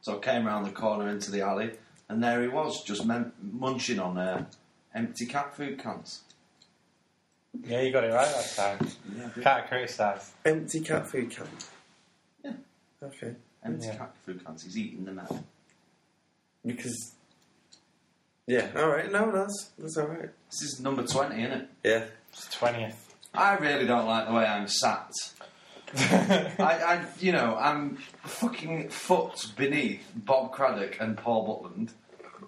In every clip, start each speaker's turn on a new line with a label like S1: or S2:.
S1: So I came round the corner into the alley, and there he was, just men- munching on uh, empty cat food cans.
S2: Yeah, you got it right that time.
S1: Yeah, I did.
S2: Can't criticise.
S3: Empty cat food can.
S1: Yeah.
S3: Okay.
S1: empty
S2: Yeah.
S1: cat food cans. He's eating them out.
S3: Because. Yeah. All right. No, that's that's all right.
S1: This is number twenty, isn't it?
S3: Yeah.
S2: It's twentieth.
S1: I really don't like the way I'm sat. I, I, you know, I'm fucking foot beneath Bob Craddock and Paul Butland,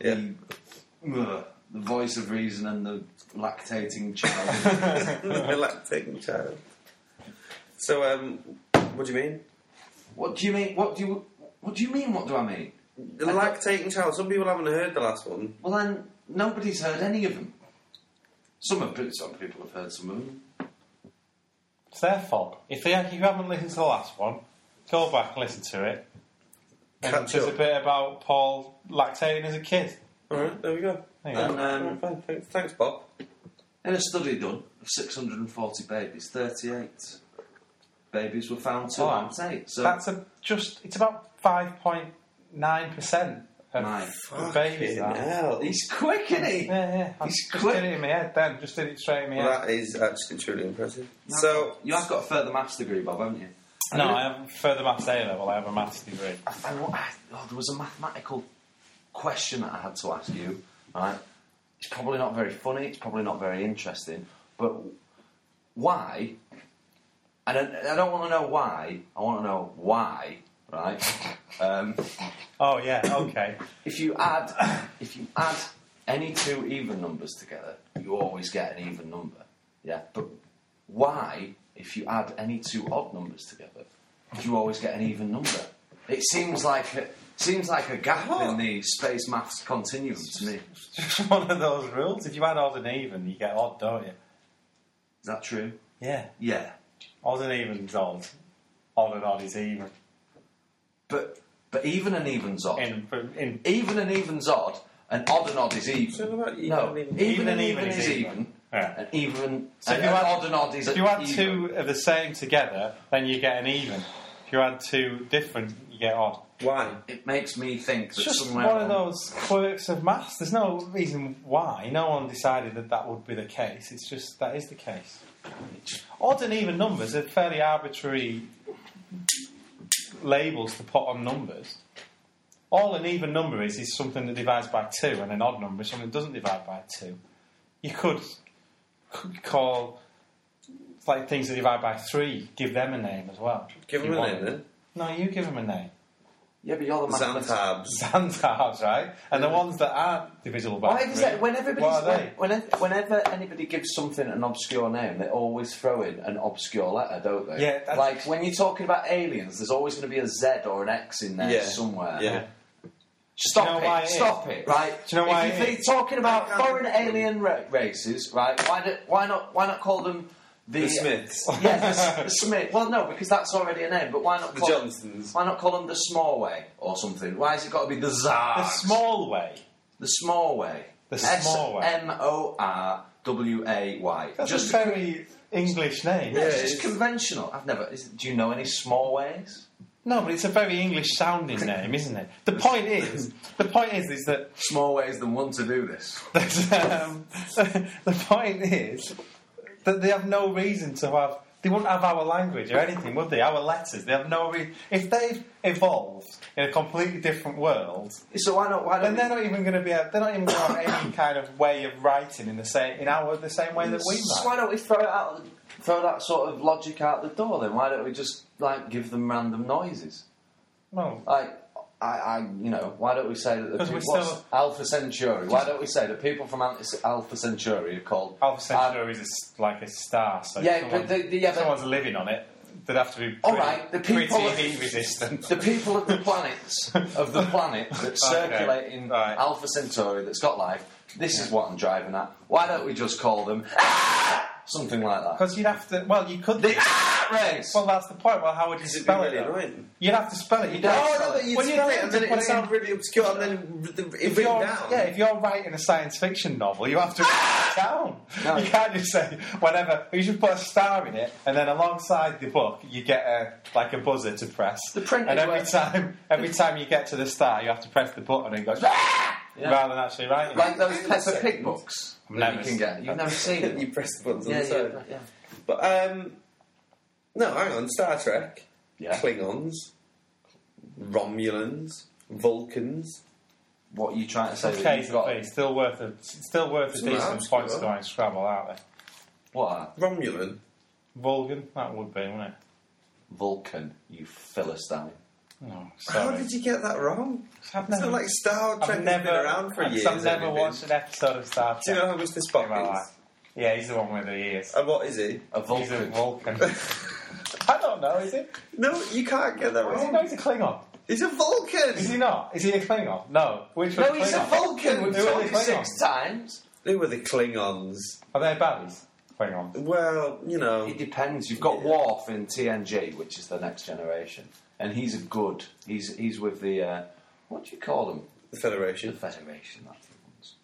S3: Yeah.
S1: the, ugh, the voice of reason and the lactating child.
S3: a lactating child. So, um, what do you mean?
S1: what do you mean? What do you? What do you mean? What do I mean?
S3: The lactating child. Some people haven't heard the last one.
S1: Well, then nobody's heard any of them. Some of some people have heard some of them.
S2: It's their fault. If, they, if you haven't listened to the last one, go back and listen to it. And
S3: Catch
S2: there's
S3: up.
S2: a bit about Paul lactating as a kid.
S3: All right. There we go.
S2: There you go.
S1: And
S3: All
S1: um,
S3: right, fine. Thanks, thanks, Bob.
S1: in a study done of 640 babies, 38 babies were found to
S2: Oh,
S1: lactate. So
S2: That's a, just, it's about 5.9% of
S1: Mine.
S2: the babies.
S3: Fucking
S2: that.
S3: hell.
S1: he's quick, isn't he?
S2: Yeah, yeah. I
S1: He's
S2: just
S1: quick.
S2: did it in my head then. Just did it straight in my head.
S3: That is actually truly impressive. So,
S1: you have got a further maths degree, Bob, haven't you?
S2: no, I have further maths A level. I have a maths degree.
S1: I, I, I, oh, there was a mathematical question that I had to ask you. Right, it's probably not very funny. It's probably not very interesting. But why? I don't. I don't want to know why. I want to know why. Right. Um,
S2: Oh, yeah, okay.
S1: if you add, if you add any two even numbers together, you always get an even number. Yeah. But why, if you add any two odd numbers together, do you always get an even number? It seems like a, seems like a gap in the space maths continuum to me. Is
S2: It's just one of those rules. If you add odd and even, you get odd, don't you?
S1: that true?
S2: Yeah.
S1: Yeah.
S2: Odd and even's odd. Odd and odd is even.
S1: But but even and even's odd.
S2: In, in
S1: even and even's odd, and odd and odd is even.
S3: So what about even
S1: no,
S3: and even?
S1: even and even, is even.
S2: Yeah.
S1: And even
S2: So
S1: and,
S2: if you
S1: and
S2: add-
S1: odd and odd is
S2: If you add
S1: even.
S2: two of the same together, then you get an even. If you add two different, you get odd.
S3: why?
S1: It makes me think that
S2: It's just one
S1: somewhere
S2: of
S1: along-
S2: those quirks of maths. There's no reason why. No one decided that that would be the case. It's just that is the case. Odd and even numbers are fairly arbitrary labels to put on numbers. All an even number is is something that divides by two, and an odd number is something that doesn't divide by two. You could, could call like things that divide by three, give them a name as well.
S3: Give
S2: You
S3: them a
S2: want-
S3: name then.
S2: No, you give them a name.
S1: Yeah, but you're the mathematician.
S3: Xantabs.
S2: Xantars, right? And the ones that aren't divisible by
S1: Why is
S2: three,
S1: that when everybody
S2: what are they?
S1: when, whenever anybody gives something an obscure name, they always throw in an obscure letter, don't they?
S2: Yeah, that's-
S1: Like when you're talking about aliens, there's always going to be a Z or an X in there
S3: Yeah.
S1: somewhere.
S3: Yeah.
S1: Stop
S2: Do you know
S1: it!
S2: why it is?
S1: Stop it! Right?
S2: Do you know why
S1: If
S2: it
S1: you're
S2: is?
S1: talking about
S3: I can't-
S1: foreign alien ra- races, right? Why, do, why not? Why not call them the,
S3: The Smiths.
S1: Yeah, the, S- the Smith. Well, no, because that's already a name. But why not?
S3: The
S1: Call
S3: Johnsons.
S1: Why not call them the Small Way or something? Why has it got to be the Zargs?
S2: The small way.
S1: The small way.
S2: The small way.
S1: S M O R W A Y.
S2: That's
S1: Just
S2: a very English name.
S1: it's
S3: Yeah,
S1: just
S3: it's-
S1: conventional. I've never. Is, do you know any small ways?
S2: No, but it's a very English sounding name, isn't it? The point is, the point is, is that
S1: Small ways than one to do this.
S2: um, the point is that they have no reason to have. They wouldn't have our language or anything, would they? Our letters. They have no re- If they've evolved in a completely different world,
S1: So why not? Why
S2: then
S1: don't?
S2: they're not even going to be. A, they're not even going to have any kind of way of writing in the same in our the same way that we might.
S1: why don't we throw it out? Throw that sort of logic out the door. Then why don't we just like give them random noises?
S2: Well,
S1: Like. I, I, you know, why don't we say that the
S2: 'Cause
S1: people,
S2: we
S1: what's
S2: still-
S1: Alpha Centauri? Why don't we say that people from Alpha- Alpha Centauri are called uh,
S2: Alpha Centauri is a s like a star, so
S1: Yeah,
S2: if someone-
S1: but the- the- yeah,
S2: if
S1: but-
S2: someone's living on it, they'd have to be pretty,
S1: All right, the people-
S2: pretty heat resistant.
S1: The people of the planets of the planet that's
S2: Okay,
S1: circulating
S2: right.
S1: Alpha Centauri that's got life. This is what I'm driving at. Why don't we just call them ah, Something like that.
S2: Because you'd have to. Well, you could.
S1: The ah race.
S2: well, that's the point. Well, how would you
S3: It's
S2: spell it?
S3: really
S2: though?
S3: annoying.
S2: You'd have to spell it. You'd
S1: No,
S2: have to
S1: no,
S2: spell
S1: but
S2: it.
S1: you'd
S2: When you
S3: spell
S2: have
S3: it and then
S2: to
S3: it
S2: put
S3: would
S2: it down.
S3: sound really obscure and then it
S2: If
S3: written
S2: you're,
S3: down.
S2: yeah, if you're writing a science fiction novel, you have to write it down.
S1: No.
S2: You can't just say whatever. You should put a star in it, and then alongside the book, you get a like a buzzer to press.
S1: The print
S2: and
S1: is
S2: every
S1: where-
S2: time, every time you get to the star, you have to press the button and it goes "Ah!"
S1: Yeah.
S2: rather than actually writing.
S1: Like those
S3: Wait a
S1: Peppa
S3: second.
S1: Pig books
S2: I've
S1: that
S2: never
S1: you can
S2: seen
S1: get. You've
S2: that.
S1: never seen
S3: And
S1: it.
S3: you press the buttons on
S1: Yeah,
S3: the side.
S1: yeah, yeah.
S3: But um, no, hang on. Star Trek,
S1: Yeah.
S3: Klingons, Romulans, Vulcans.
S1: What are you trying to say? that
S2: Okay,
S1: you've got?
S2: it's still worth a still worth a
S3: Some
S2: decent
S3: obscure.
S2: point score in Scrabble, aren't they?
S1: What? are-
S3: Romulan.
S2: Vulcan, that would be, wouldn't it?
S1: Vulcan, you philistine.
S2: No, sorry.
S3: How did you get that wrong?
S2: I've
S3: It's
S2: never,
S3: not like Star Trek
S2: I've
S3: has
S2: never
S3: been around for
S2: I've,
S3: years.
S2: I've never
S3: everything.
S2: watched an episode of Star Trek.
S3: Do you know how much this
S2: in my
S3: Spock
S2: life.
S3: is?
S2: Yeah, he's the one with the ears.
S3: And what is he?
S1: A
S2: He's a
S1: Vulcan.
S2: Vulcan. I don't know, is he?
S3: No, you can't get that
S2: Is he
S3: wrong.
S2: no, he's a Klingon.
S3: He's a Vulcan.
S2: Is he not? Is he a Klingon? No. Which
S1: no,
S2: one's
S1: he's a
S2: Klingon?
S1: Vulcan. We've
S2: Who are
S1: told
S2: they
S1: you six
S2: Klingons?
S1: times.
S3: Who were the Klingons?
S2: Are they baddies? Klingon.
S3: Well, you know,
S1: It depends. You've got Worf in TNG, which is the next generation, and he's a good. He's he's with the uh, what do you call them?
S3: the
S1: The
S3: Federation.
S1: Federation. That's the ones.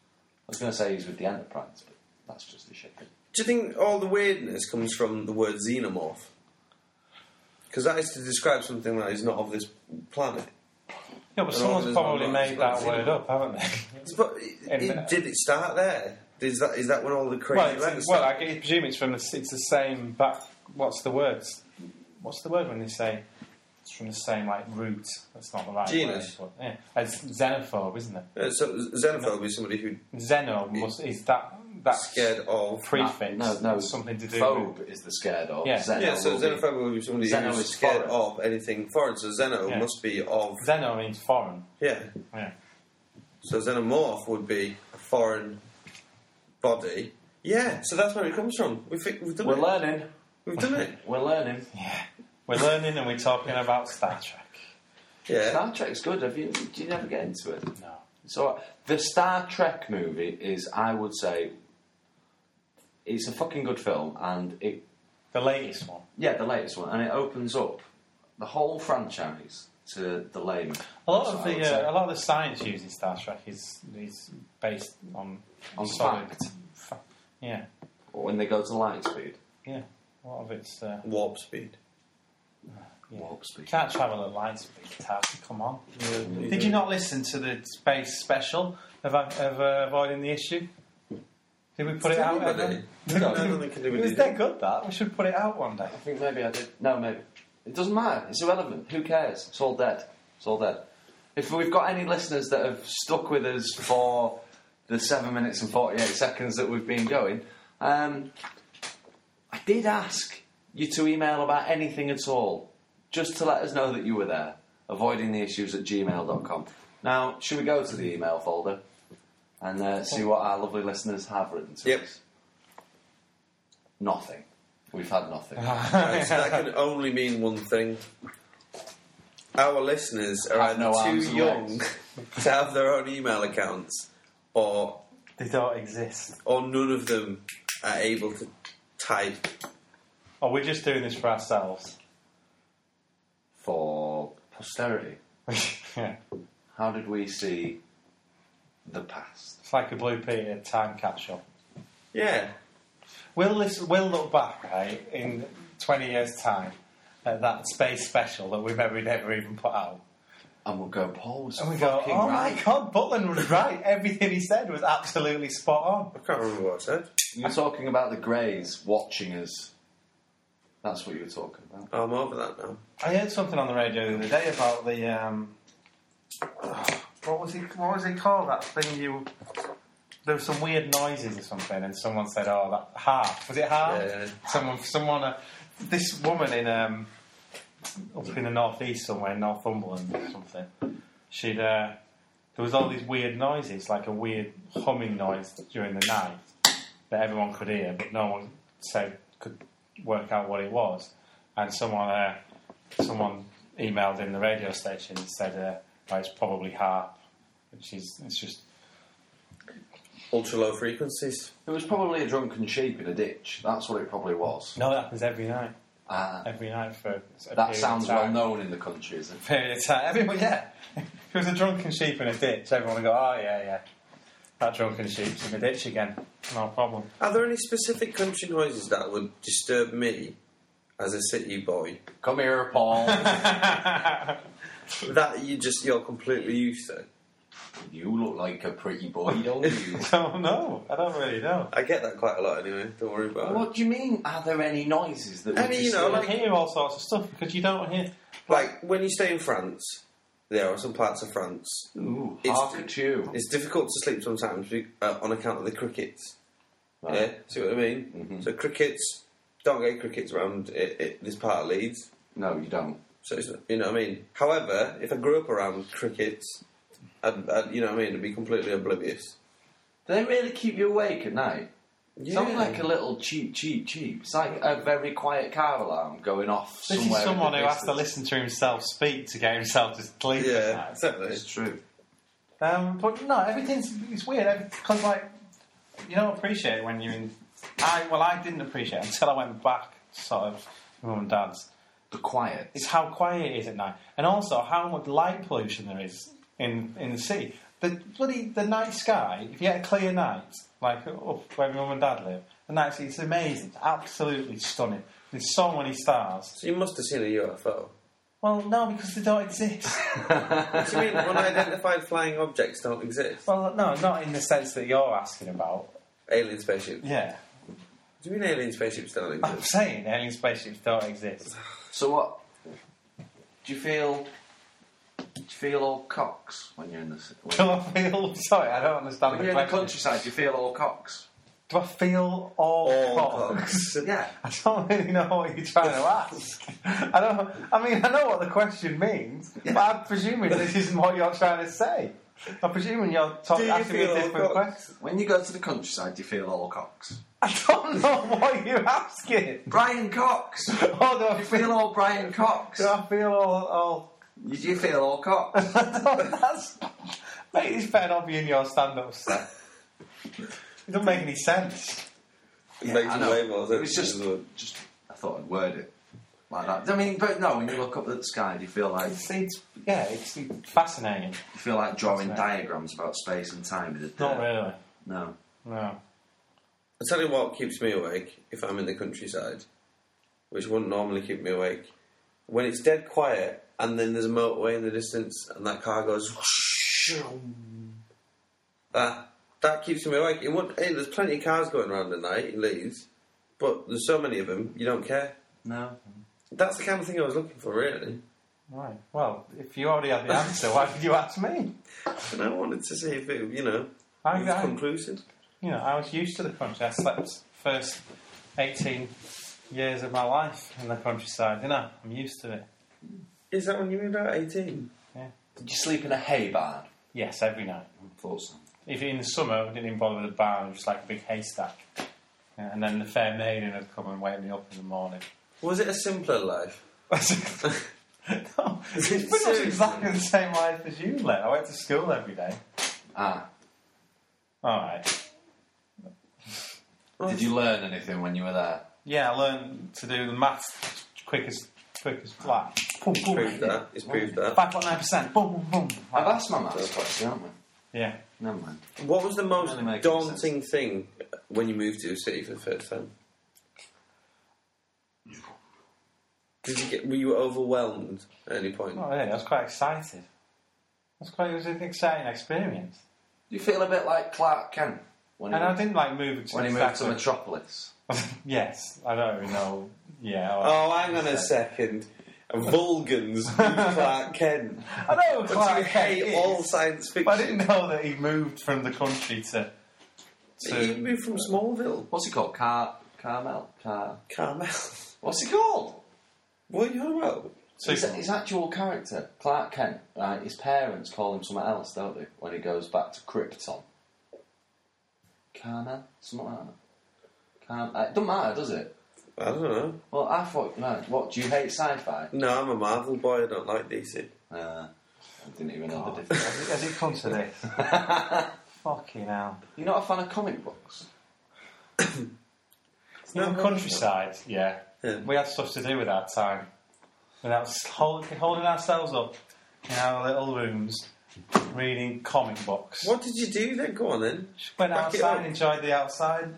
S1: I was going to say he's with the Enterprise, but that's just a shipping.
S3: Do you think all the weirdness comes from the word xenomorph? Because that is to describe something that is not of this planet.
S2: Yeah, but
S3: They're all-
S2: someone's probably
S3: they're all-
S2: made that
S3: they're all-
S2: word up, haven't they?
S3: But it,
S2: In-
S3: it, did it start there? Is that is that when all the crazy
S2: well, it's,
S3: letters
S2: well,
S3: started?
S2: I g- presume it's from the, s- it's the same back. What's the words? What's the word when they say it's from the same like root? That's not the right
S3: Genus.
S2: word. But, yeah, it's xenophobe, isn't it?
S3: Uh, so xenophobe is somebody who
S2: Xeno must, is that that
S3: scared of.
S2: prefix?
S1: No, no,
S2: It's something to do with
S1: Phobe is the scared of.
S2: Yeah.
S1: Xeno
S3: Yeah, so
S1: will be-
S3: xenophobe would be somebody
S1: Xeno
S3: who's
S1: is
S3: scared
S1: foreign.
S3: of anything foreign. So xeno
S2: Yeah.
S3: must be of.
S2: Xeno means foreign.
S3: Yeah.
S2: Yeah.
S3: So xenomorph would be a foreign body. Yeah. So that's where it comes from. We've we've done
S1: We're
S3: it.
S1: learning.
S3: We've done it.
S1: We're learning.
S2: Yeah. We're learning and we're talking about Star Trek.
S3: Yeah.
S1: Star Trek's good. Have you? Do you never get into it?
S2: No.
S1: So uh, the Star Trek movie is, I would say, it's a fucking good film, and it
S2: The latest one.
S1: Yeah, the latest one, and it opens up the whole franchise to the layman.
S2: A lot
S1: That's
S2: of
S1: what I would
S2: the
S1: say.
S2: uh, a lot of the science used in Star Trek is is based on
S1: On
S2: solid
S1: fact.
S2: fa- yeah,
S1: Or when they go to light speed,
S2: yeah. A lot of it's uh,
S3: Warp speed.
S2: yeah.
S1: warp speed.
S2: can't travel at light speed. Task. Come on.
S3: Yeah.
S2: Did you not listen to the space special of, of uh, avoiding the issue? Did we put it out?
S3: Did
S2: ever?
S3: anybody? No, I don't think
S2: It
S3: anybody
S2: was
S3: did.
S2: dead good that. We should put it out one day.
S1: I think maybe I did. No, maybe it doesn't matter. It's irrelevant. Who cares? It's all dead. It's all dead. If we've got any listeners that have stuck with us for the seven minutes and forty-eight seconds that we've been going, um, I did ask you to email about anything at all, just to let us know that you were there, avoiding the issues at gmail.com. Now, should we go to the email folder and uh, see what our lovely listeners have written to
S3: Yep.
S1: us? Nothing. We've had nothing.
S3: Right, so that can only mean one thing. Our listeners are
S1: Have
S3: either
S1: no arms
S3: too
S1: and
S3: young to have their own email accounts, or
S2: They don't exist.
S3: or none of them are able to type.
S2: Oh, we're just doing this for ourselves.
S1: for posterity.
S2: yeah.
S1: How did we see the past?
S2: It's like a Blue Peter time capsule.
S3: Yeah,
S2: We'll, listen, we'll look back, right, in 20 years' time at that space special that we've never, never even put out.
S1: And we'll go, Paul was
S2: And we go,
S1: fucking
S2: oh
S1: right.
S2: my god, Butland was right. Everything he said was absolutely spot on.
S3: I can't remember what I said.
S1: You were talking about the Greys watching us. That's what you were talking about.
S3: I'm over that now.
S2: I heard something on the radio the other day about the. Um, what was it? What was it called? That thing you. There were some weird noises or something, and someone said, "Oh, that harp." Was it harp?
S3: Yeah.
S2: Someone, someone. Uh, this woman in um, up in the northeast somewhere, Northumberland or something. She'd. Uh, there was all these weird noises, like a weird humming noise during the night that everyone could hear, but no one said could work out what it was. And someone, uh, someone emailed in the radio "Oh, station and said, uh, "Well, "It's probably harp." Which is, it's just
S3: ultra low frequencies.
S1: It was probably a drunken sheep in a ditch. That's what it probably was.
S2: No, that happens every night.
S1: Ah,
S2: Every night for a period
S1: that
S2: of
S1: sounds
S2: time.
S1: well known in the country, is it?
S2: Period of time. Everyone, yeah. If it was a drunken sheep in a ditch, everyone would go, oh, yeah, yeah. That drunken sheep's in the ditch again. No problem.
S3: Are there any specific country noises that would disturb me as a city boy
S1: Come here, Paul.
S3: that you just you're completely used to?
S1: you look like a pretty boy, don't you?
S2: don't know. I don't really know.
S3: I get that quite a lot anyway. Don't worry about it.
S1: what do you mean? Are there any noises that? would
S3: Any, you know,
S1: disturb
S2: I
S3: like-
S2: hear all sorts of stuff because you don't hear.
S3: Like when you stay in France, there are some parts of France.
S1: Ooh,
S3: It's-
S1: hark at you.
S3: It's difficult to sleep sometimes be- uh, on account of the crickets.
S1: Right. Mm-hmm.
S3: Yeah, see what I mean? So crickets don't get crickets around i i this part of Leeds.
S1: No, you don't.
S3: So it's, you know what I mean. However, if I grew up around crickets, I'd, I'd you know what I mean, I'd be completely oblivious.
S1: They really keep you awake at night.
S3: Yeah.
S1: Sounds like a little cheap, cheap, cheap. It's like a very quiet car alarm going off
S2: This
S1: somewhere. in
S2: is
S1: the
S2: someone who has to
S1: distance.
S2: listen to himself speak to get himself to sleep. at
S3: yeah,
S2: night.
S3: exactly.
S1: It's true.
S2: Um, but no, everything's it's weird because like you don't appreciate it when you're in. I well, I didn't appreciate it until I went back, sort of, to mum and dad's.
S1: The quiet.
S2: It's how quiet it is at night, and also how much light pollution there is in in the city. The bloody the night sky. If you get a clear night, like up where my mum and dad live, the night sky it's amazing, it's absolutely stunning. There's so many stars.
S3: So you must have seen a UFO.
S2: Well, no, because they don't exist.
S3: What do you mean unidentified flying objects don't exist?
S2: well, no, not in the sense that you're asking about.
S3: Alien spaceships.
S2: Yeah.
S3: Do you mean alien spaceships don't
S2: I'm
S3: exist?
S2: saying alien spaceships don't exist.
S1: So what? Do you feel? Do you feel all cocks when you're in the? ci- When
S2: Do I feel sorry? I don't understand
S1: when
S2: the
S1: you're in the
S2: question.
S1: countryside, do you feel all cocks?
S2: Do I feel all,
S3: All
S2: cocks?
S1: Yeah.
S2: I don't really know what you're trying to ask. I don't. I mean, I know what the question means, but I'm presuming this isn't what you're trying to say. I'm presuming you're
S3: Do
S2: talking
S3: you
S2: asking me a
S3: feel all
S2: different
S3: cocks?
S2: question.
S1: When you go to the countryside, do you feel all cocks?
S2: I don't know what you're asking.
S1: Brian Cox. Do
S2: Oh, do I
S1: you
S2: feel?
S1: feel all Brian Cox?
S2: Do I feel all? all
S1: You do feel all cocks?
S2: I don't, that's, mate, it's better not be in your stand-up set. It doesn't make any sense.
S3: It makes
S1: I
S3: me
S1: know.
S3: way more sense
S1: It was
S3: than
S1: just,
S3: the word.
S1: just. I thought I'd word it like that. I mean, but no. When you look up at the sky, do you feel like
S2: It's, it's yeah, it's fascinating.
S1: you feel like drawing
S2: Fascinating.
S1: diagrams about space and time? in the
S2: Not
S1: dirt?
S2: really.
S1: No.
S2: No.
S3: I'll tell you what keeps me awake if I'm in the countryside, which wouldn't normally keep me awake. When it's dead quiet and then there's a motorway in the distance and that car goes whoosh, that, that keeps me awake. It wouldn't, hey, there's plenty of cars going around at night in Leeds, but there's so many of them, you don't care.
S1: No.
S3: That's the kind of thing I was looking for, really.
S2: Right. Well, if you already had the answer, why did you ask me?
S3: And I wanted to see if it, you know,
S2: I-
S3: was
S2: I-
S3: conclusive.
S2: You know, I was used to the country. I slept first eighteen years of my life in the countryside. You know, I'm used to it.
S3: Is that when you moved out 18?
S1: Did you sleep in a hay barn?
S2: Yes, every night.
S1: Thought so.
S2: If in the summer, I didn't even bother with a barn. It was just like a big haystack. Yeah, And then the fair maiden would come and wake me up in the morning.
S3: Was it a simpler life?
S2: no, it's pretty much exactly the same life as you led. I went to school every day.
S1: Ah.
S2: All right.
S1: Did you learn anything when you were there?
S2: Yeah, I learned to do the maths quick as quick as flat. Boom, boom.
S3: Proved that. It's proved that.
S2: Five point nine percent. Boom, boom, boom.
S1: I've asked my man this question, haven't we?
S2: Yeah.
S1: Never mind.
S3: What was the most
S1: Really making
S3: daunting thing when you moved to a city for the first time? Did you get? Were you overwhelmed at any point?
S2: Not really. I was quite excited. It was quite. It was an exciting experience.
S1: You feel a bit like Clark Kent when he,
S2: And I didn't like move to
S1: when he moved to
S2: exactly.
S1: Metropolis.
S2: yes, I don't even know. Yeah. I-
S3: Oh, hang on a second. Vulgans, Clark Kent.
S2: I know.
S3: Oh, But
S2: Clark
S3: you
S2: Kent
S3: hate
S2: is,
S3: all science fiction.
S2: But I didn't know that he moved from the country to.
S3: You
S2: to
S3: moved from Smallville,
S1: What's he called? Car Carmel? Car.
S3: Carmel.
S1: What's he called?
S3: What are you on about?
S2: to
S1: His, his actual character, Clark Kent, right? His parents call him something else, don't they? When he goes back to Krypton, Carmel, something like that. Carm- uh, it doesn't matter, does it?
S3: I don't know.
S1: Well, I thought, man, what? Do you hate sci-fi?
S3: No, I'm a Marvel boy. I don't like DC.
S2: oh,
S1: Uh, I didn't even know the difference.
S2: Has it, has it come to this? Fucking hell.
S1: You're not a fan of comic books.
S2: In
S3: not
S2: the
S3: much.
S2: countryside, yeah.
S3: Yeah.
S2: We had stuff to do with our time. Without s- hold, holding ourselves up in our little rooms, reading comic books.
S3: What did you do then? Go on then.
S2: Just Went
S3: Back it
S2: outside,
S3: up.
S2: enjoyed the outside,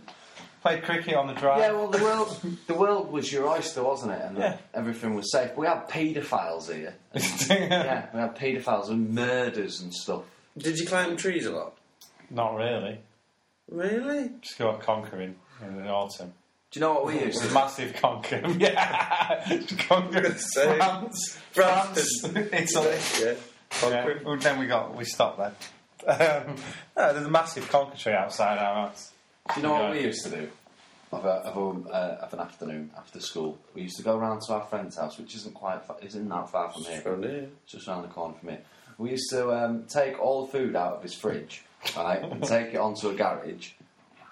S2: played cricket on the drive.
S1: Yeah, well, the world, the world was your oyster, wasn't it? And
S2: Yeah.
S1: everything was safe. We had paedophiles here. Yeah, we had paedophiles and murders and stuff.
S3: Did you climb trees a lot?
S2: Not really.
S3: Really?
S2: Just go out conquering in the autumn.
S1: Do you know what we used to do?
S2: Massive conquering. Yeah. conquering.
S3: Same.
S2: France.
S3: France.
S2: France. Italy.
S3: Yeah.
S2: Yeah.
S3: Concrete.
S2: well, Then we got we stopped there. Um, no, there's a massive conker tree outside our house.
S1: Do you know what
S2: Yeah.
S1: we used to do? Of, a, of, a, uh, of an afternoon after school, we used to go round to our friend's house, which isn't quite fa- isn't that far from here.
S3: Round here.
S1: It's just round the corner from here. We used to um, take all the food out of his fridge, right, and take it onto a garage,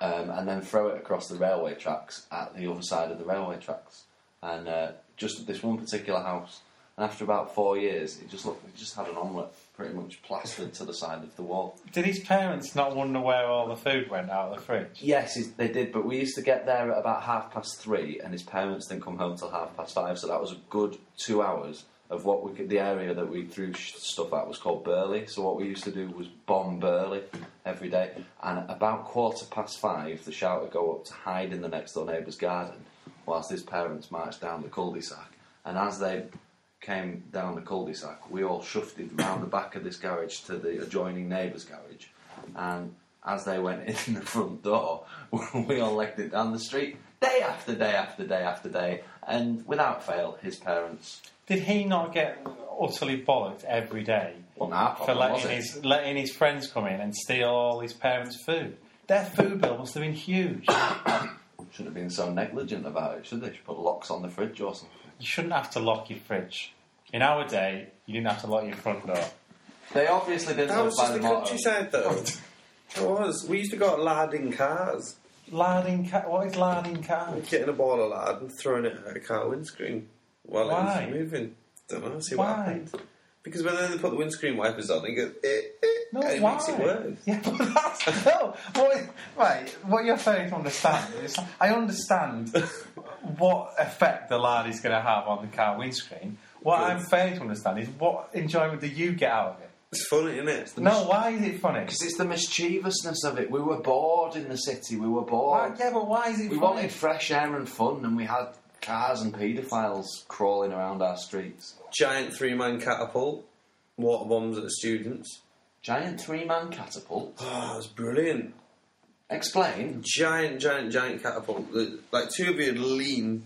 S1: um, and then throw it across the railway tracks at the other side of the railway tracks, and uh, just at this one particular house. And after about four years, it just looked, it just had an omelette pretty much plastered to the side of the wall.
S2: Did his parents not wonder where all the food went out of the fridge?
S1: Yes, is- they did, but we used to get there at about half past three, and his parents didn't come home till half past five, so that was a good two hours of what we could. The area that we threw sh- stuff at was called Burley, so what we used to do was bomb Burley every day, and at about quarter past five, the shout would go up to hide in the next door neighbour's garden, whilst his parents marched down the cul-de-sac, and as they came down the cul-de-sac, we all shifted round the back of this garage to the adjoining neighbour's garage, and as they went in the front door, we all legged it down the street day after day after day after day, and without fail, his parents.
S2: Did he not get utterly bollocked every day
S1: Well, now
S2: for
S1: problem Oh, was
S2: letting
S1: it?
S2: his letting his friends come in and steal all his parents' food? Their food bill must have been huge.
S1: should have been so negligent about it, should they? Should put locks on the fridge or something.
S2: you shouldn't have to lock your fridge. In our day, you didn't have to lock your front door.
S1: They obviously didn't
S3: That
S1: live
S3: was
S1: by
S3: just
S1: the
S3: the
S1: motto.
S3: countryside, though. It was. We used to go out larding cars,
S2: Larding car. What is larding car?
S3: getting a ball of lard and throwing it at a car windscreen while
S2: Why?
S3: it was moving. Don't know. See
S2: Why?
S3: what happens. Because when they put the windscreen wipers on, it goes. Eh, eh,
S2: No,
S3: and it
S2: why?
S3: makes it worse.
S2: Yeah, but that's no. What, right, what you're failing to understand is, I understand what effect the lard is going to have on the car windscreen. What
S3: Good.
S2: I'm failing to understand is what enjoyment do you get out of it?
S3: It's funny, isn't it?
S2: No, why is it funny?
S1: Because it's the mischievousness of it. We were bored in the city. We were
S2: Why,
S1: bored.
S2: yeah, but why is it
S1: We
S2: funny?
S1: wanted fresh air and fun, and we had cars and paedophiles crawling around our streets.
S3: Giant three-man catapult, water bombs at the students.
S1: Giant three-man catapult.
S3: Oh, it was brilliant.
S1: Explain.
S3: giant, giant, giant catapult. The- Like two of you would lean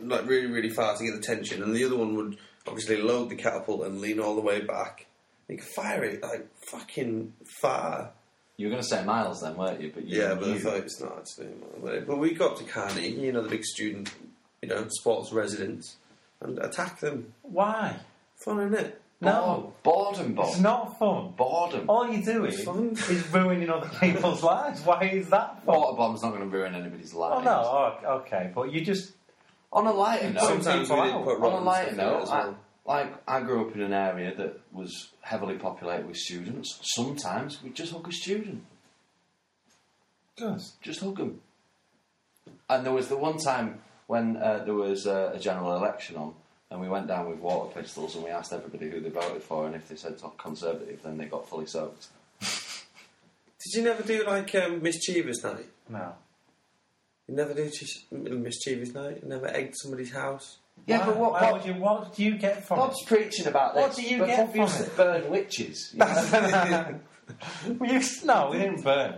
S3: like really, really far to get the tension, and the other one would obviously load the catapult and lean all the way back. You could fire it like fucking far.
S1: You were going to say miles then, weren't you? But you
S3: Yeah, but I
S1: you-
S3: thought it's not actually. But but we got to Carney, you know, the big student, you know, sports residents, and attack them.
S2: Why?
S3: Fun, isn't it?
S2: No,
S1: boredom,
S2: it's
S1: Bob.
S2: not Oh. fun.
S1: boredom.
S2: All you're doing
S3: Fun.
S2: is ruining other people's lives. Why is that fun?
S1: Water bomb's not going to ruin anybody's lives.
S2: Oh no, oh, okay, but you just
S1: On a lighter note,
S3: Sometimes we
S2: people
S3: did
S2: out.
S1: on
S3: put
S1: a
S3: rotten
S1: lighter
S3: stuff in it
S1: note,
S3: as
S1: I,
S3: well.
S1: like I grew up in an area that was heavily populated with students. Sometimes we just hug a student,
S2: just
S1: just hug them. And there was the one time when uh, there was uh, a general election on, and we went down with water pistols and we asked everybody who they voted for, and if they said top conservative, then they got fully soaked.
S3: Did you never do like um, mischievous night?
S2: no.
S3: You never do chis- mischievous night. You never egged somebody's house.
S1: Yeah,
S2: Why-
S1: but what?
S2: why
S1: what
S2: would you, what do you get from
S1: Bob's
S2: it?
S1: preaching about this.
S2: What do you
S1: but
S2: get
S1: Bob
S2: from
S1: used to
S2: it?
S1: burn witches. you know?
S2: Well, you, no, we didn't burn.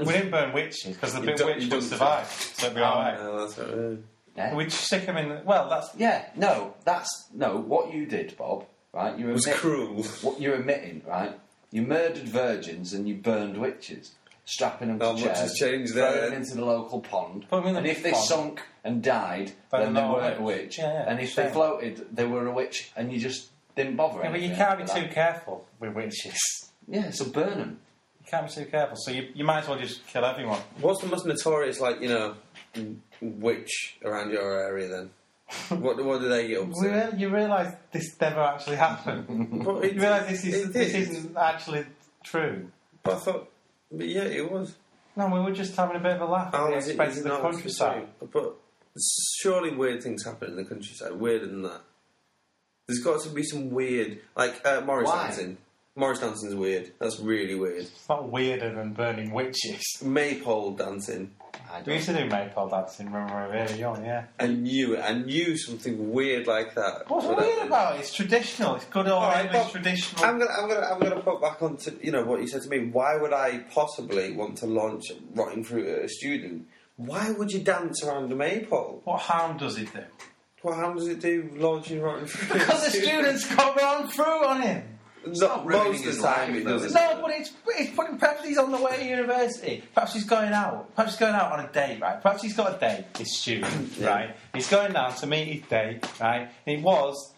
S2: we didn't burn witches because the
S3: You
S2: big
S3: don't-
S2: witch
S3: you
S2: would
S3: don't- Oh,
S2: survive, so it'd be alright.
S3: No, that's not really.
S1: Yeah.
S2: We'd stick him in. The, well, that's
S1: Yeah, no, that's no. What you did, Bob, right? You
S3: was
S1: admit,
S3: cruel.
S1: What you're admitting, right? You murdered virgins and you burned witches, strapping them
S3: Not
S1: to
S3: much
S1: chairs,
S3: has changed
S1: throwing
S3: there.
S1: them into the local pond.
S2: Put 'em in the
S1: and if they
S2: pond.
S1: sunk and died, then
S2: Then
S1: they
S2: they're not a
S1: weren't a
S2: witch.
S1: witch.
S2: Yeah, yeah,
S1: and if they
S2: shame.
S1: floated, they were a witch, and you just didn't bother.
S2: yeah, but you
S1: anything
S2: can't be
S1: after
S2: too
S1: that.
S2: careful with witches.
S1: Yeah, so burn them.
S2: You can't be too careful, so you, you might as well just kill everyone.
S3: What's the most notorious, like you know, m- witch around your area? Then what? What do they get up
S2: We
S3: to?
S2: real- you realise this never actually happened.
S3: But
S2: you realise this is
S3: it
S2: this
S3: is.
S2: isn't actually true.
S3: But I thought But yeah, it was.
S2: No, we were just having a bit of a laugh at
S3: How
S2: the
S3: Oh, is it-
S2: expense
S3: is
S2: of
S3: it
S2: the
S3: not the
S2: countryside.
S3: same? But surely weird things happen in the countryside. Weirder than that. There's got to be some weird, like uh, Morris
S1: Why?
S3: dancing. Morris dancing's weird. That's really weird.
S2: It's not weirder than burning witches.
S3: Maypole dancing.
S1: I
S2: We
S1: don't.
S2: used to do maypole dancing when we were really young, yeah.
S3: I knew it. I knew something weird like that.
S2: What's
S3: would
S2: weird
S3: happen.
S2: about it? It's traditional. It's good old
S3: All right,
S2: English
S3: but
S2: traditional.
S3: I'm gonna, I'm gonna, I'm gonna put back onto you know what you said to me. Why would I possibly want to launch rotting fruit at a student? Why would you dance around a maypole?
S2: what harm does it do?
S3: What harm does it do launching rotting fruit? at a
S2: Because the
S3: student?
S2: student's got wrong fruit on him.
S3: Not
S1: ruining
S3: most of
S1: his
S3: the time
S1: life,
S3: it
S1: though,
S3: doesn't.
S1: is
S2: No, but it's, it's putting. Perhaps he's on the way to university. Perhaps he's going out. Perhaps he's going out on a date, right? Perhaps he's got a date. His student,
S3: Yeah.
S2: right? He's going down to meet his date, right? And it was,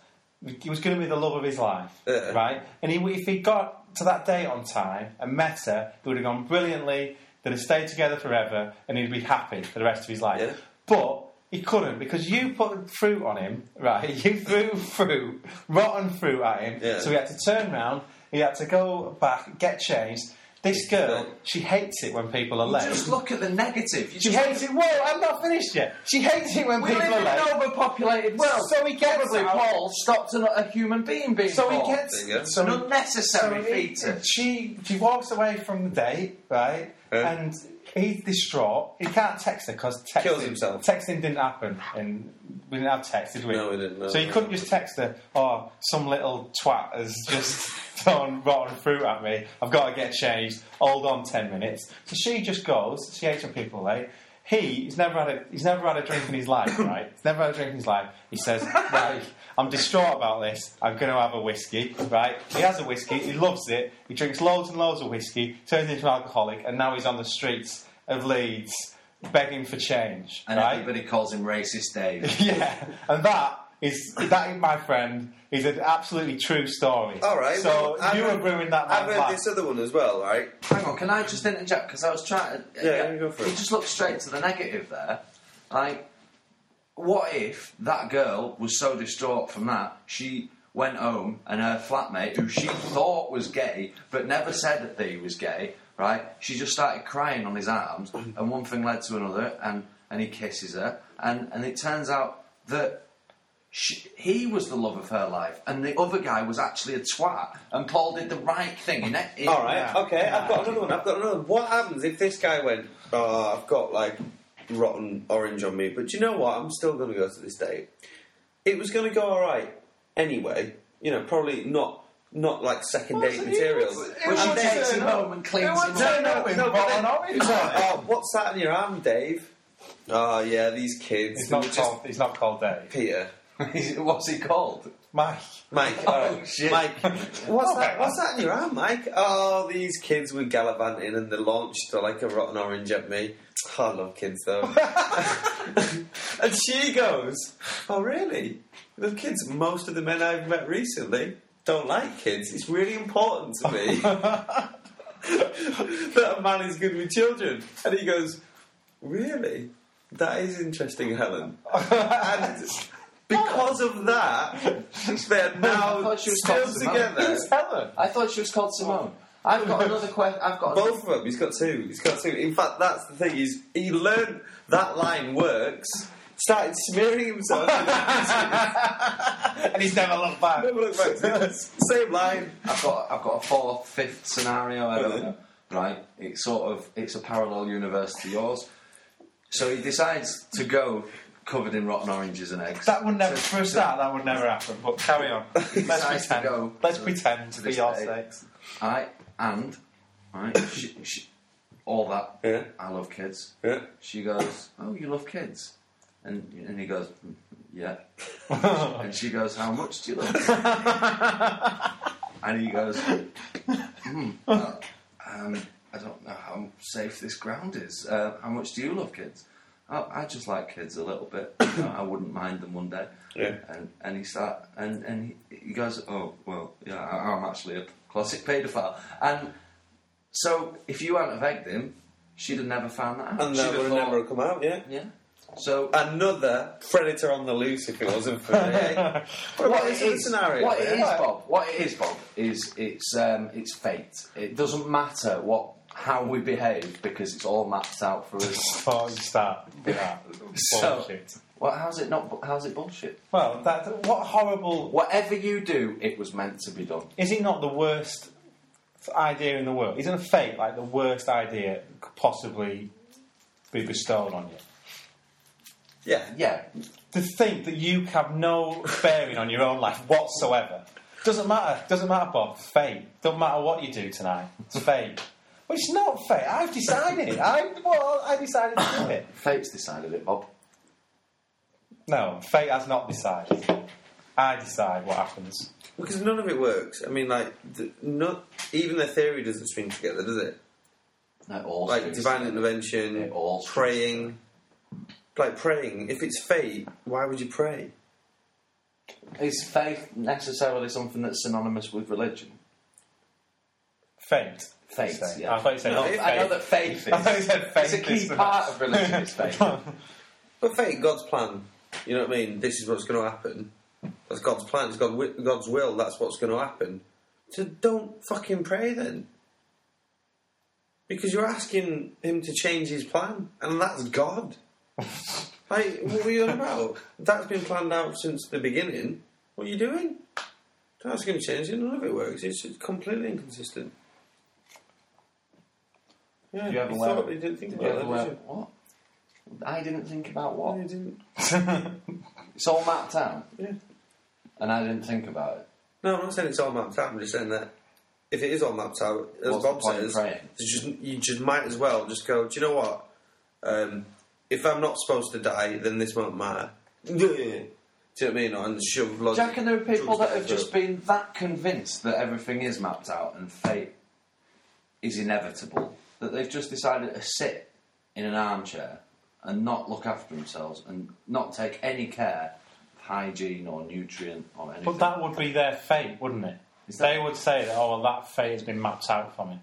S2: he was going to be the love of his life,
S3: Yeah.
S2: right? And he, if he got to that date on time and met her, it would have gone brilliantly. They'd have stayed together forever, and he'd be happy for the rest of his life.
S3: Yeah.
S2: But he couldn't because you put fruit on him, right? You threw fruit, rotten fruit at him.
S3: Yeah.
S2: So he had to turn round. He had to go back, get changed. This girl, she hates it when people are late.
S1: Just look at the negative. You
S2: she
S1: just
S2: hates it. Whoa, I'm not finished yet. She hates it when
S1: we
S2: people
S1: live in
S2: are late.
S1: an overpopulated world.
S2: So he gets
S1: Probably
S2: out.
S1: Paul stopped an, a human being being
S2: So
S1: born.
S2: he gets.
S3: There you go.
S1: It's an
S2: So, so
S1: unnecessary
S2: he-
S1: feature.
S2: she she walks away from the date, right?
S3: Yeah.
S2: And he's distraught. He can't text her because texting,
S3: Kills himself.
S2: texting didn't happen, and we didn't have text, did we?
S3: No, we didn't, no,
S2: so he
S3: no,
S2: couldn't
S3: no.
S2: just text her. Oh, some little twat has just thrown rotten fruit at me. I've got to get changed. Hold on, ten minutes. So she just goes. She hates when people are late. He, he's never had a he's never had a drink in his life, right? He's never had a drink in his life. He says, right, I'm distraught about this. I'm going to have a whiskey, right? He has a whiskey. He loves it. He drinks loads and loads of whiskey. Turns into an alcoholic, and now he's on the streets of Leeds begging for change,
S1: and
S2: right?
S1: everybody calls him racist Dave.
S2: yeah, and that is that, my friend, is an absolutely true story.
S3: All right.
S2: So
S3: well, I've
S2: you were
S3: heard-
S2: ruining that
S3: I've
S2: man's
S3: heard
S2: life.
S3: this other one as well, right?
S1: Hang on, can I just interject? Because I was trying to.
S3: Yeah, yeah, go for it.
S1: You just looked straight to the negative there. Like, what if that girl was so distraught from that, she went home and her flatmate, who she thought was gay, but never said that he was gay, right? She just started crying on his arms, and one thing led to another, and, and he kisses her, and, and it turns out that she, he was the love of her life, and the other guy was actually a twat, and Paul did the right thing. In it, in-
S3: All right.
S2: Yeah.
S3: Okay. I've got another one. I've got another one. What happens if this guy went? Oh, I've got like rotten orange on me, but do you know what? I'm still going to go to this date. It was going to go all right anyway. You know, probably not not like second date material.
S1: Well, she
S3: And then-
S1: takes him home and cleans him
S3: No,
S1: up.
S3: no, no, but then-
S2: It's
S3: Oh, what's that in your arm, Dave? Oh yeah, these kids.
S2: not
S3: Just-
S2: cold. It's not cold day.
S3: Peter.
S1: What's he called?
S2: Mike.
S3: Mike, oh,
S1: shit.
S3: Mike, what's that? What's that in your arm, Mike? Oh, these kids were gallivanting and they launched like a rotten orange at me. Oh, I love kids though. and she goes, "Oh, really? The kids. Most of the men I've met recently don't like kids. It's really important to me that a man is good with children." And he goes, "Really? That is interesting, Helen." and because of that, they're
S1: I
S3: now
S1: thought she was
S3: still
S1: called Simone.
S3: together.
S2: Who's Helen?
S1: I thought she was called Simone. I've got another question. I've got another-
S3: Both of them. He's got two. He's got two. In fact, that's the thing. Is he learned that line works? Started smearing himself.
S2: And he's never looked back.
S3: Never looked back to it. Same line.
S1: I've got I've got a fourth, fifth scenario. I
S3: Oh,
S1: don't know. Right? It's sort of it's a parallel universe to yours. So he decides to go covered in rotten oranges and eggs.
S2: That would never, for a start, that would never happen. But carry on. Let's
S1: decides to
S2: pretend.
S1: go
S2: Let's
S1: to-
S2: pretend
S1: to
S2: for
S1: this
S2: your
S1: day.
S2: sakes.
S1: Right? And right, she, she, all that.
S3: Yeah.
S1: I love kids.
S3: Yeah.
S1: She goes, "Oh, you love kids," and and he goes, "Mm, "Yeah." and she goes, "How much do you love?" them?" and he goes, "Hmm, well, um, "I don't know how safe this ground is. Uh, how much do you love kids?" Oh, I just like kids a little bit. You know, I wouldn't mind them one day.
S3: Yeah.
S1: And and he start and and he, he goes, "Oh well, yeah, I, I'm actually a classic paedophile." And so if you hadn't have egged him, she'd have never found that out.
S3: And
S1: she'd
S3: that would have
S1: thought-
S3: never come out. Yeah.
S1: Yeah. So uh,
S3: Another predator on the loose. If it wasn't for me. eh? What about this other scenario?
S1: what it
S3: eh?
S1: is, Bob. What it is, Bob, is it's um, it's fate. It doesn't matter what how we behave because it's all mapped out for us.
S2: Before you start with that
S1: So-
S2: bullshit.
S1: well, how's it not? bu- How's it bullshit?
S2: Well, that what horrible
S1: Whatever you do, it was meant to be done.
S2: is it not the worst f- idea in the world? Isn't fate like the worst idea that could possibly be bestowed on you?
S3: Yeah.
S1: Yeah,
S2: To think that you have no bearing on your own life whatsoever. Doesn't matter. Doesn't matter, Bob. Fate. Don't matter what you do tonight. It's fate. Well, it's not fate. I've decided it. I well, I decided to do it.
S1: fate's decided it, Bob.
S2: No, fate has not decided. I decide what happens.
S3: Because none of it works. I mean, like, the, not even the theory doesn't string together, does it?
S1: No, it all
S3: Like
S1: screws
S3: divine
S1: together.
S3: intervention,
S1: It all screws
S3: praying. Like praying. If it's fate, why would you pray?
S1: Is faith necessarily something that's synonymous with religion?
S2: Fate.
S1: Fate,
S2: Say.
S1: yeah.
S2: I thought you said
S3: No,
S2: not
S3: it-
S1: I know
S2: fate.
S1: that faith
S2: I thought you
S1: is.
S2: said
S1: It's a
S2: fate is
S1: key
S2: the
S1: part
S2: best.
S1: of religion, is faith.
S3: But fate, God's plan. You know what I mean? This is what's going to happen. That's God's plan. It's God, wi- God's will. That's what's going to happen. So don't fucking pray then. Because you're asking him to change his plan, and that's God. like, what are you on about? That's been planned out since the beginning. What are you doing? Don't ask him to change it. None of it works. It's it's completely inconsistent. Yeah,
S1: You haven't
S3: thought
S1: learned-
S3: you didn't think about
S1: Yeah,
S3: that,
S1: well,
S3: did you?
S1: what? I didn't think about
S3: No,
S1: what.
S3: you didn't.
S1: It's all mapped out,
S3: Yeah.
S1: and I didn't think about it.
S3: No, I'm not saying it's all mapped out. I'm just saying that if it is all mapped out, as
S1: What's the
S3: Bob
S1: point in
S3: says,
S1: praying?
S3: there's just, you just might as well just go. Do you know what? Um, if I'm not supposed to die, then this won't matter. Do you know what I mean? Or- And shove logic.
S1: Jack, and there are people
S3: drugs
S1: that
S3: down
S1: have
S3: your
S1: just
S3: throat.
S1: been that convinced that everything is mapped out and fate is inevitable that they've just decided to sit in an armchair and not look after themselves and not take any care of hygiene or nutrient or anything.
S2: But that would be their fate, wouldn't it?
S1: Is that-
S2: They would say that, oh, well, that fate has been mapped out for me.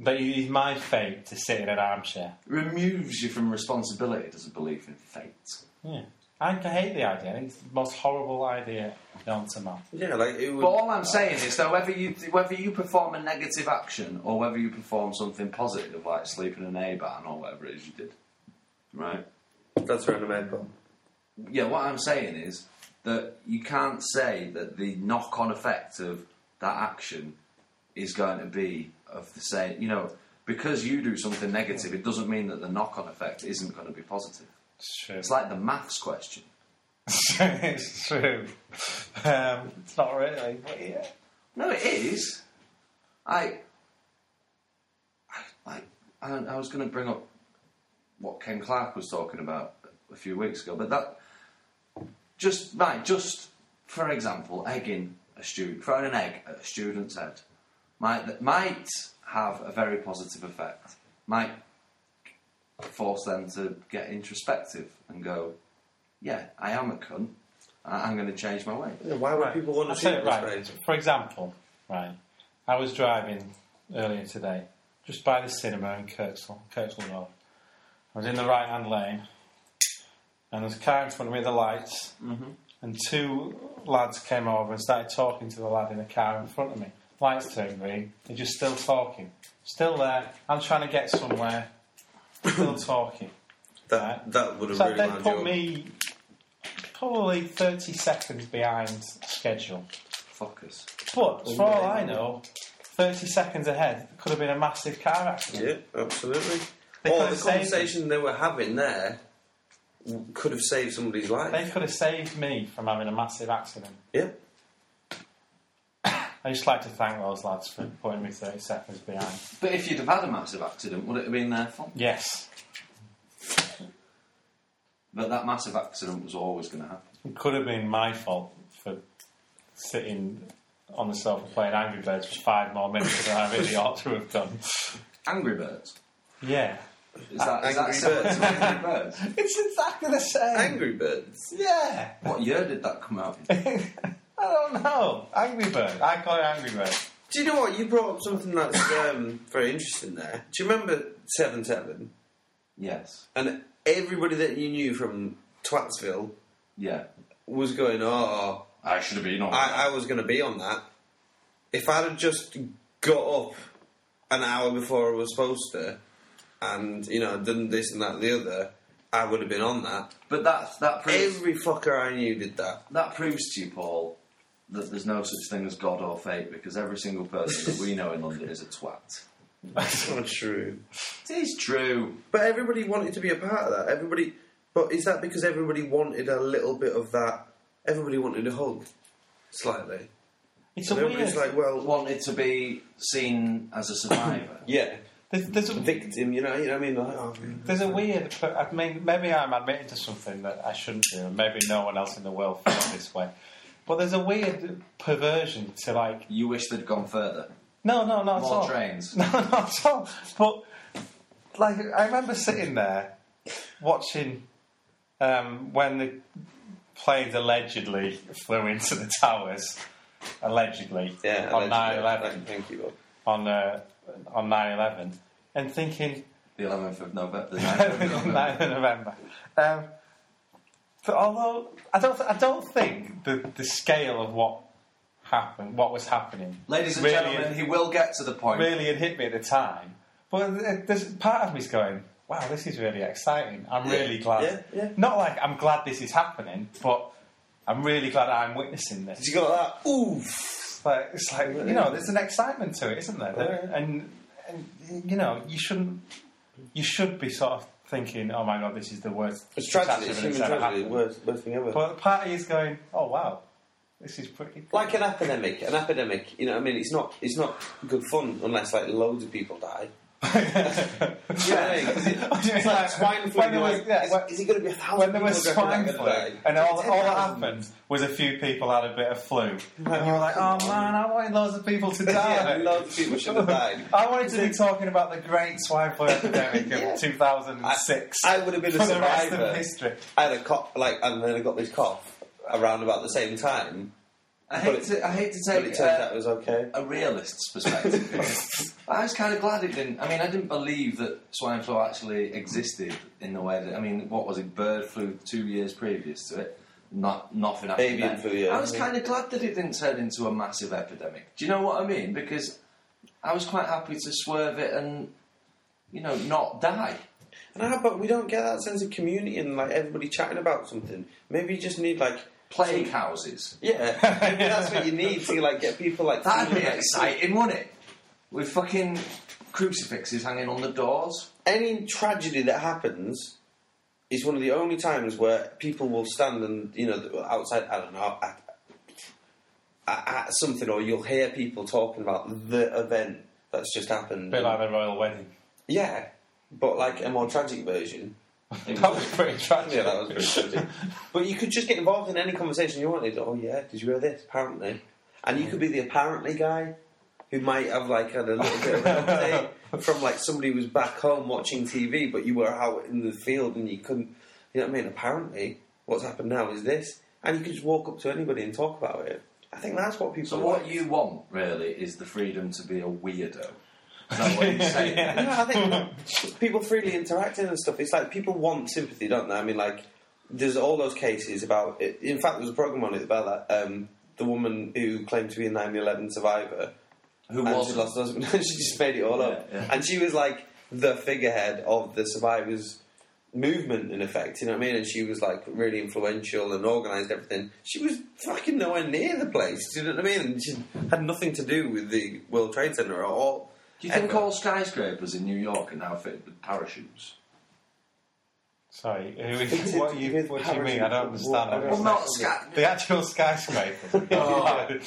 S2: But it is my fate to sit in an armchair.
S1: removes you from responsibility does a belief in fate.
S2: Yeah. Hmm. I I hate the idea. I think it's the most horrible idea known to man.
S3: Yeah, like it would.
S1: But all I'm saying is that whether you whether you perform a negative action or whether you perform something positive like sleeping in a barn or whatever it is you did, right?
S3: that's random airport.
S1: Yeah, what I'm saying is that you can't say that the knock-on effect of that action is going to be of the same. You know, because you do something negative, it doesn't mean that the knock-on effect isn't going to be positive.
S2: It's true.
S1: It's like the maths question.
S2: it's true. Um, it's not really. But yeah.
S1: No, it is. I, I, I, I was going to bring up what Ken Clark was talking about a few weeks ago, but that just right, just for example, egging a student, throwing an egg at a student's head, might that might have a very positive effect. Might force them to get introspective and go, yeah, I am a cunt. I- I'm going to change my way.
S3: Yeah, why would
S2: Right.
S3: people want
S2: I'll
S3: to
S2: tell
S3: shoot
S2: you,
S3: this
S2: right.
S3: right.
S2: For example, right, I was driving earlier today, just by the cinema in Kirksall, Kirksall Road. I was in the right hand lane, and there's a car in front of me with the lights,
S3: Mm-hmm.
S2: and two lads came over and started talking to the lad in the car in front of me. Lights turned green, they're just still talking. Still there, I'm trying to get somewhere, still talking.
S3: That that would have
S2: So
S3: really
S2: they
S3: wound you
S2: put
S3: up.
S2: me probably 30 seconds behind schedule.
S1: Focus.
S2: But
S3: Oh,
S2: for all I know, 30 seconds ahead could have been a massive car accident.
S3: Yeah, absolutely.
S2: They
S3: or
S2: could've
S3: the
S2: saved it.
S3: conversation they were having there w- could have saved somebody's life.
S2: They could have saved me from having a massive accident.
S3: yeah.
S2: I just like to thank those lads for putting me 30 seconds behind.
S1: But if you'd have had a massive accident, would it have been their fault?
S2: Yes,
S1: But that massive accident was always going to happen.
S2: it could have been my fault for sitting on the sofa playing Angry Birds for five more minutes than I really ought to have done.
S1: Angry Birds.
S2: Yeah.
S1: Is that, is
S3: Angry
S1: that similar
S3: Birds.
S1: to Angry Birds?
S2: It's exactly the same.
S3: Angry Birds.
S2: Yeah.
S1: What year did that come out in?
S2: I don't know. Angry Bird. I call it Angry Bird.
S3: Do you know what? You brought up something that's um, very interesting there. Do you remember 7 7?
S1: Yes.
S3: And everybody that you knew from Twatsville
S1: Yeah.
S3: was going, oh,
S1: I should have been on.
S3: I, I was going to be on that. If I'd have just got up an hour before I was supposed to, and you know, done this and that and the other, I would have been on that.
S1: But that that proves
S3: Every fucker I knew did that.
S1: that proves to you, Paul, that there's no such thing as God or fate because every single person that we know in London is a twat.
S3: That's not true.
S1: It is true.
S3: But everybody wanted to be a part of that. Everybody, but is that because everybody wanted a little bit of that? Everybody wanted a hug, slightly.
S2: It's a
S3: And
S2: weird.
S3: everybody's like, well,
S1: Wanted to be seen as a survivor.
S3: yeah,
S2: there's, there's a
S3: victim. You know, you know what I mean? Like, oh,
S2: There's a weird. I mean, maybe I'm admitting to something that I shouldn't do, and maybe no one else in the world felt this way. But there's a weird perversion to like.
S1: you wish they'd gone further.
S2: No, no, not at
S1: More
S2: all.
S1: trains.
S2: No, not at all. But like, I remember sitting there watching um, when the planes allegedly flew into the towers. Allegedly,
S3: yeah,
S2: on
S3: allegedly.
S2: 9/11,
S3: Thank- Thank you. Bob.
S2: on uh, on 9/11, and thinking,
S1: The 11th of November. The 9th of November.
S2: 9th of November. Um, but although I don't, I don't think the, the scale of what happened, what was happening,
S1: Ladies and
S2: really,
S1: gentlemen, he will get to the point.
S2: really had hit me at the time. But there's part of me's going, "Wow, this is really exciting. I'm really glad."
S3: yeah, yeah.
S2: Not like I'm glad this is happening, but I'm really glad I'm witnessing this.
S3: Did you got that? Oof.
S2: It's like, it's like you know, there's an excitement to it, isn't there?
S3: Yeah.
S2: And, and you know, you shouldn't. You should be sort of thinking, "Oh my god, this is the worst."
S3: It's tragedy. It's
S2: catastrophe
S3: human
S2: that's ever
S3: tragedy.
S2: happened."
S3: Worst, worst thing ever.
S2: But the party is going, "Oh wow, this is pretty." Cool.
S3: like an epidemic, an epidemic. You know, what I mean, it's not, it's not good fun unless like loads of people die. Yeah, 'cause it- it's like swine flu.
S2: When there
S3: you're
S2: was,
S3: like,
S2: yeah,
S3: is,
S2: when-
S3: is it going to be a thousand
S2: when there
S3: people
S2: was
S3: go through that
S2: swine
S3: gonna
S2: flu,
S3: die?
S2: and all, all that
S3: 10,000.
S2: happened was a few people had a bit of flu, and you were like, "Oh man, I wanted loads of people to
S3: Yeah,
S2: die."
S3: loads of people should have died.
S2: I wanted to be talking about the great swine flu epidemic
S3: Yeah.
S2: of 2006.
S3: I would have been a
S2: for the rest of
S3: survivor.
S2: history.
S3: I had a cough, like, and then I got this cough around about the same time,
S1: I
S3: But
S1: hate
S3: it-
S1: to. I hate to
S3: but
S1: take
S3: it
S1: uh,
S3: turns out it was okay.
S1: a realist's perspective. I was kind of glad it didn't. I mean, I didn't believe that swine flu actually existed in the way that. I mean, what was it? Bird flu two years previous to it. Not nothing after
S3: Avian
S1: that.
S3: flu,
S2: uh,
S3: yeah.
S1: I was kind of glad that it didn't turn into a massive epidemic. Do you know what I mean? Because I was quite happy to swerve it and, you know, not die.
S3: And how about we don't get that sense of community and like everybody chatting about something? Maybe you just need like
S1: Plague houses.
S3: Yeah, maybe that's what you need to like get people like.
S1: That'd be
S3: feeling like-
S1: exciting, wouldn't it? With fucking crucifixes hanging on the doors.
S3: any tragedy that happens is one of the only times where people will stand and you know outside. I don't know at, at, at something, or you'll hear people talking about the event that's just happened.
S2: bit like the royal wedding.
S3: yeah, but like a more tragic version.
S2: That was pretty tragic.
S3: Yeah, that was pretty tragic. But you could just get involved in any conversation you wanted. Oh yeah, did you hear this? Apparently, and you could be the apparently guy who might have like had a little bit of an update from like somebody who was back home watching TV, but you were out in the field and you couldn't. You know what I mean? Apparently, what's happened now is this, and you could just walk up to anybody and talk about it. I think that's what people.
S1: So what
S3: like.
S1: you want really is the freedom to be a weirdo. Is that what you're saying?
S3: Yeah, I think people freely interacting and stuff. It's like people want sympathy, don't they? I mean, like there's all those cases about. It. In fact, there was a program on it about that. Um, the woman who claimed to be a 9/11 survivor,
S1: Who
S3: and she
S1: was
S3: lost her husband. she just made it all up,
S1: Yeah, yeah.
S3: and she was like the figurehead of the survivors movement in effect you know what i mean and she was like really influential and organized everything she was fucking nowhere near the place do you know what i mean and she had nothing to do with the world trade center at all
S1: Do you think
S3: Ever.
S1: all skyscrapers in New York are now fitted with parachutes?
S2: Sorry, who is, what, you,
S3: With
S2: what do you mean? I
S3: parachute.
S2: don't understand. that.
S3: Well,
S1: Well, not sky.
S2: the actual skyscraper.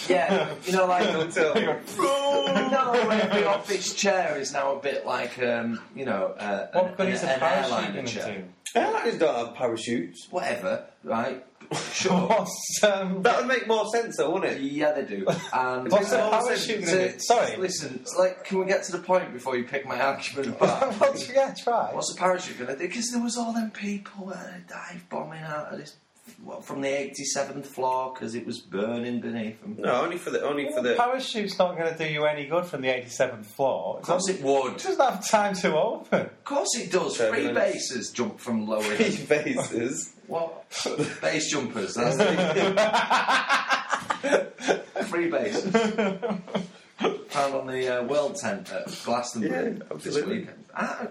S1: yeah, you know, like
S3: Boom!
S1: no, every office chair is now a bit like um, you know uh, an,
S2: What good
S1: an-
S2: is a
S1: an
S2: parachute
S1: airliner
S2: going to
S1: chair.
S2: do?
S3: Airliners don't have parachutes.
S1: Whatever, right? Sure.
S2: What's, um,
S3: That would make more sense, though, wouldn't it?
S1: Yeah, they do. And
S2: what's a
S3: all the
S2: parachute
S3: same.
S2: going to do? Sorry.
S1: listen, it's like, can we get to the point before you pick my argument apart?
S2: What's, yeah, try.
S1: What's the parachute going to do? Because there was all them people that are dive bombing out of this what, from the 87th floor because it was burning beneath them.
S3: No, only for the only for the.
S2: parachute's not going to do you any good from the 87th floor.
S1: Of course it would.
S2: It doesn't have time to open.
S1: Of course it does. Free
S3: Turbulence.
S1: bases jump from lower.
S3: Three faces.
S1: what? Base jumpers. That's it. Free bases. pound on the uh, World Tent at Glastonbury
S3: Yeah,
S1: this
S3: absolutely.
S1: weekend. Ah,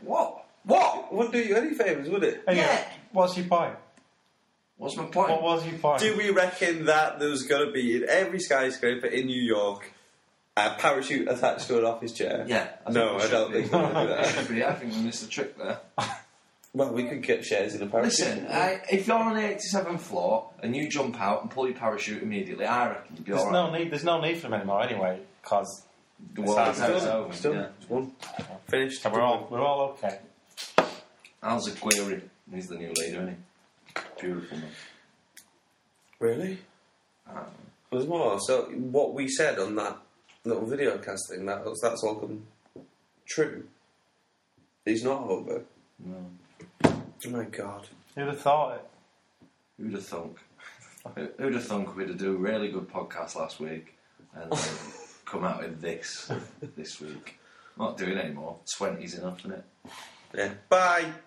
S1: what? What?
S3: Wouldn't do you any favours, would it?
S2: Anyway,
S1: Yeah.
S2: what's your point?
S1: What's my point?
S2: What was your point?
S3: Do we reckon that there's going to be in every skyscraper in New York a parachute attached to an office chair?
S1: yeah. I think
S3: No,
S1: we
S3: I
S1: should
S3: don't
S1: be.
S3: think we're going to do that.
S1: Should be. I think we missed a trick there.
S3: well, we could get shares in a parachute.
S1: Listen, I, if you're on the 87th floor and you jump out and pull your parachute immediately, I reckon you'd be
S2: There's
S1: alright.
S2: no need. There's no need for them anymore anyway, because
S1: the World
S2: It's done.
S1: Tent's
S2: It's
S1: over.
S3: It's done.
S1: Yeah.
S3: It's one. Finished.
S2: we're all we're all okay.
S1: Al Zaguirre, he's the new leader, isn't he? Beautiful man.
S3: Really? There's more. So what we said on that little video cast thing, that, that's all come true. He's not over.
S1: No.
S3: Oh my god.
S2: Who'd have thought it?
S1: Who'd have thunk? Who- Who'd have thunk we'd have do a really good podcast last week and then come out with this this week? Not doing anymore. Twenty's enough, isn't it?
S3: Yeah. Bye.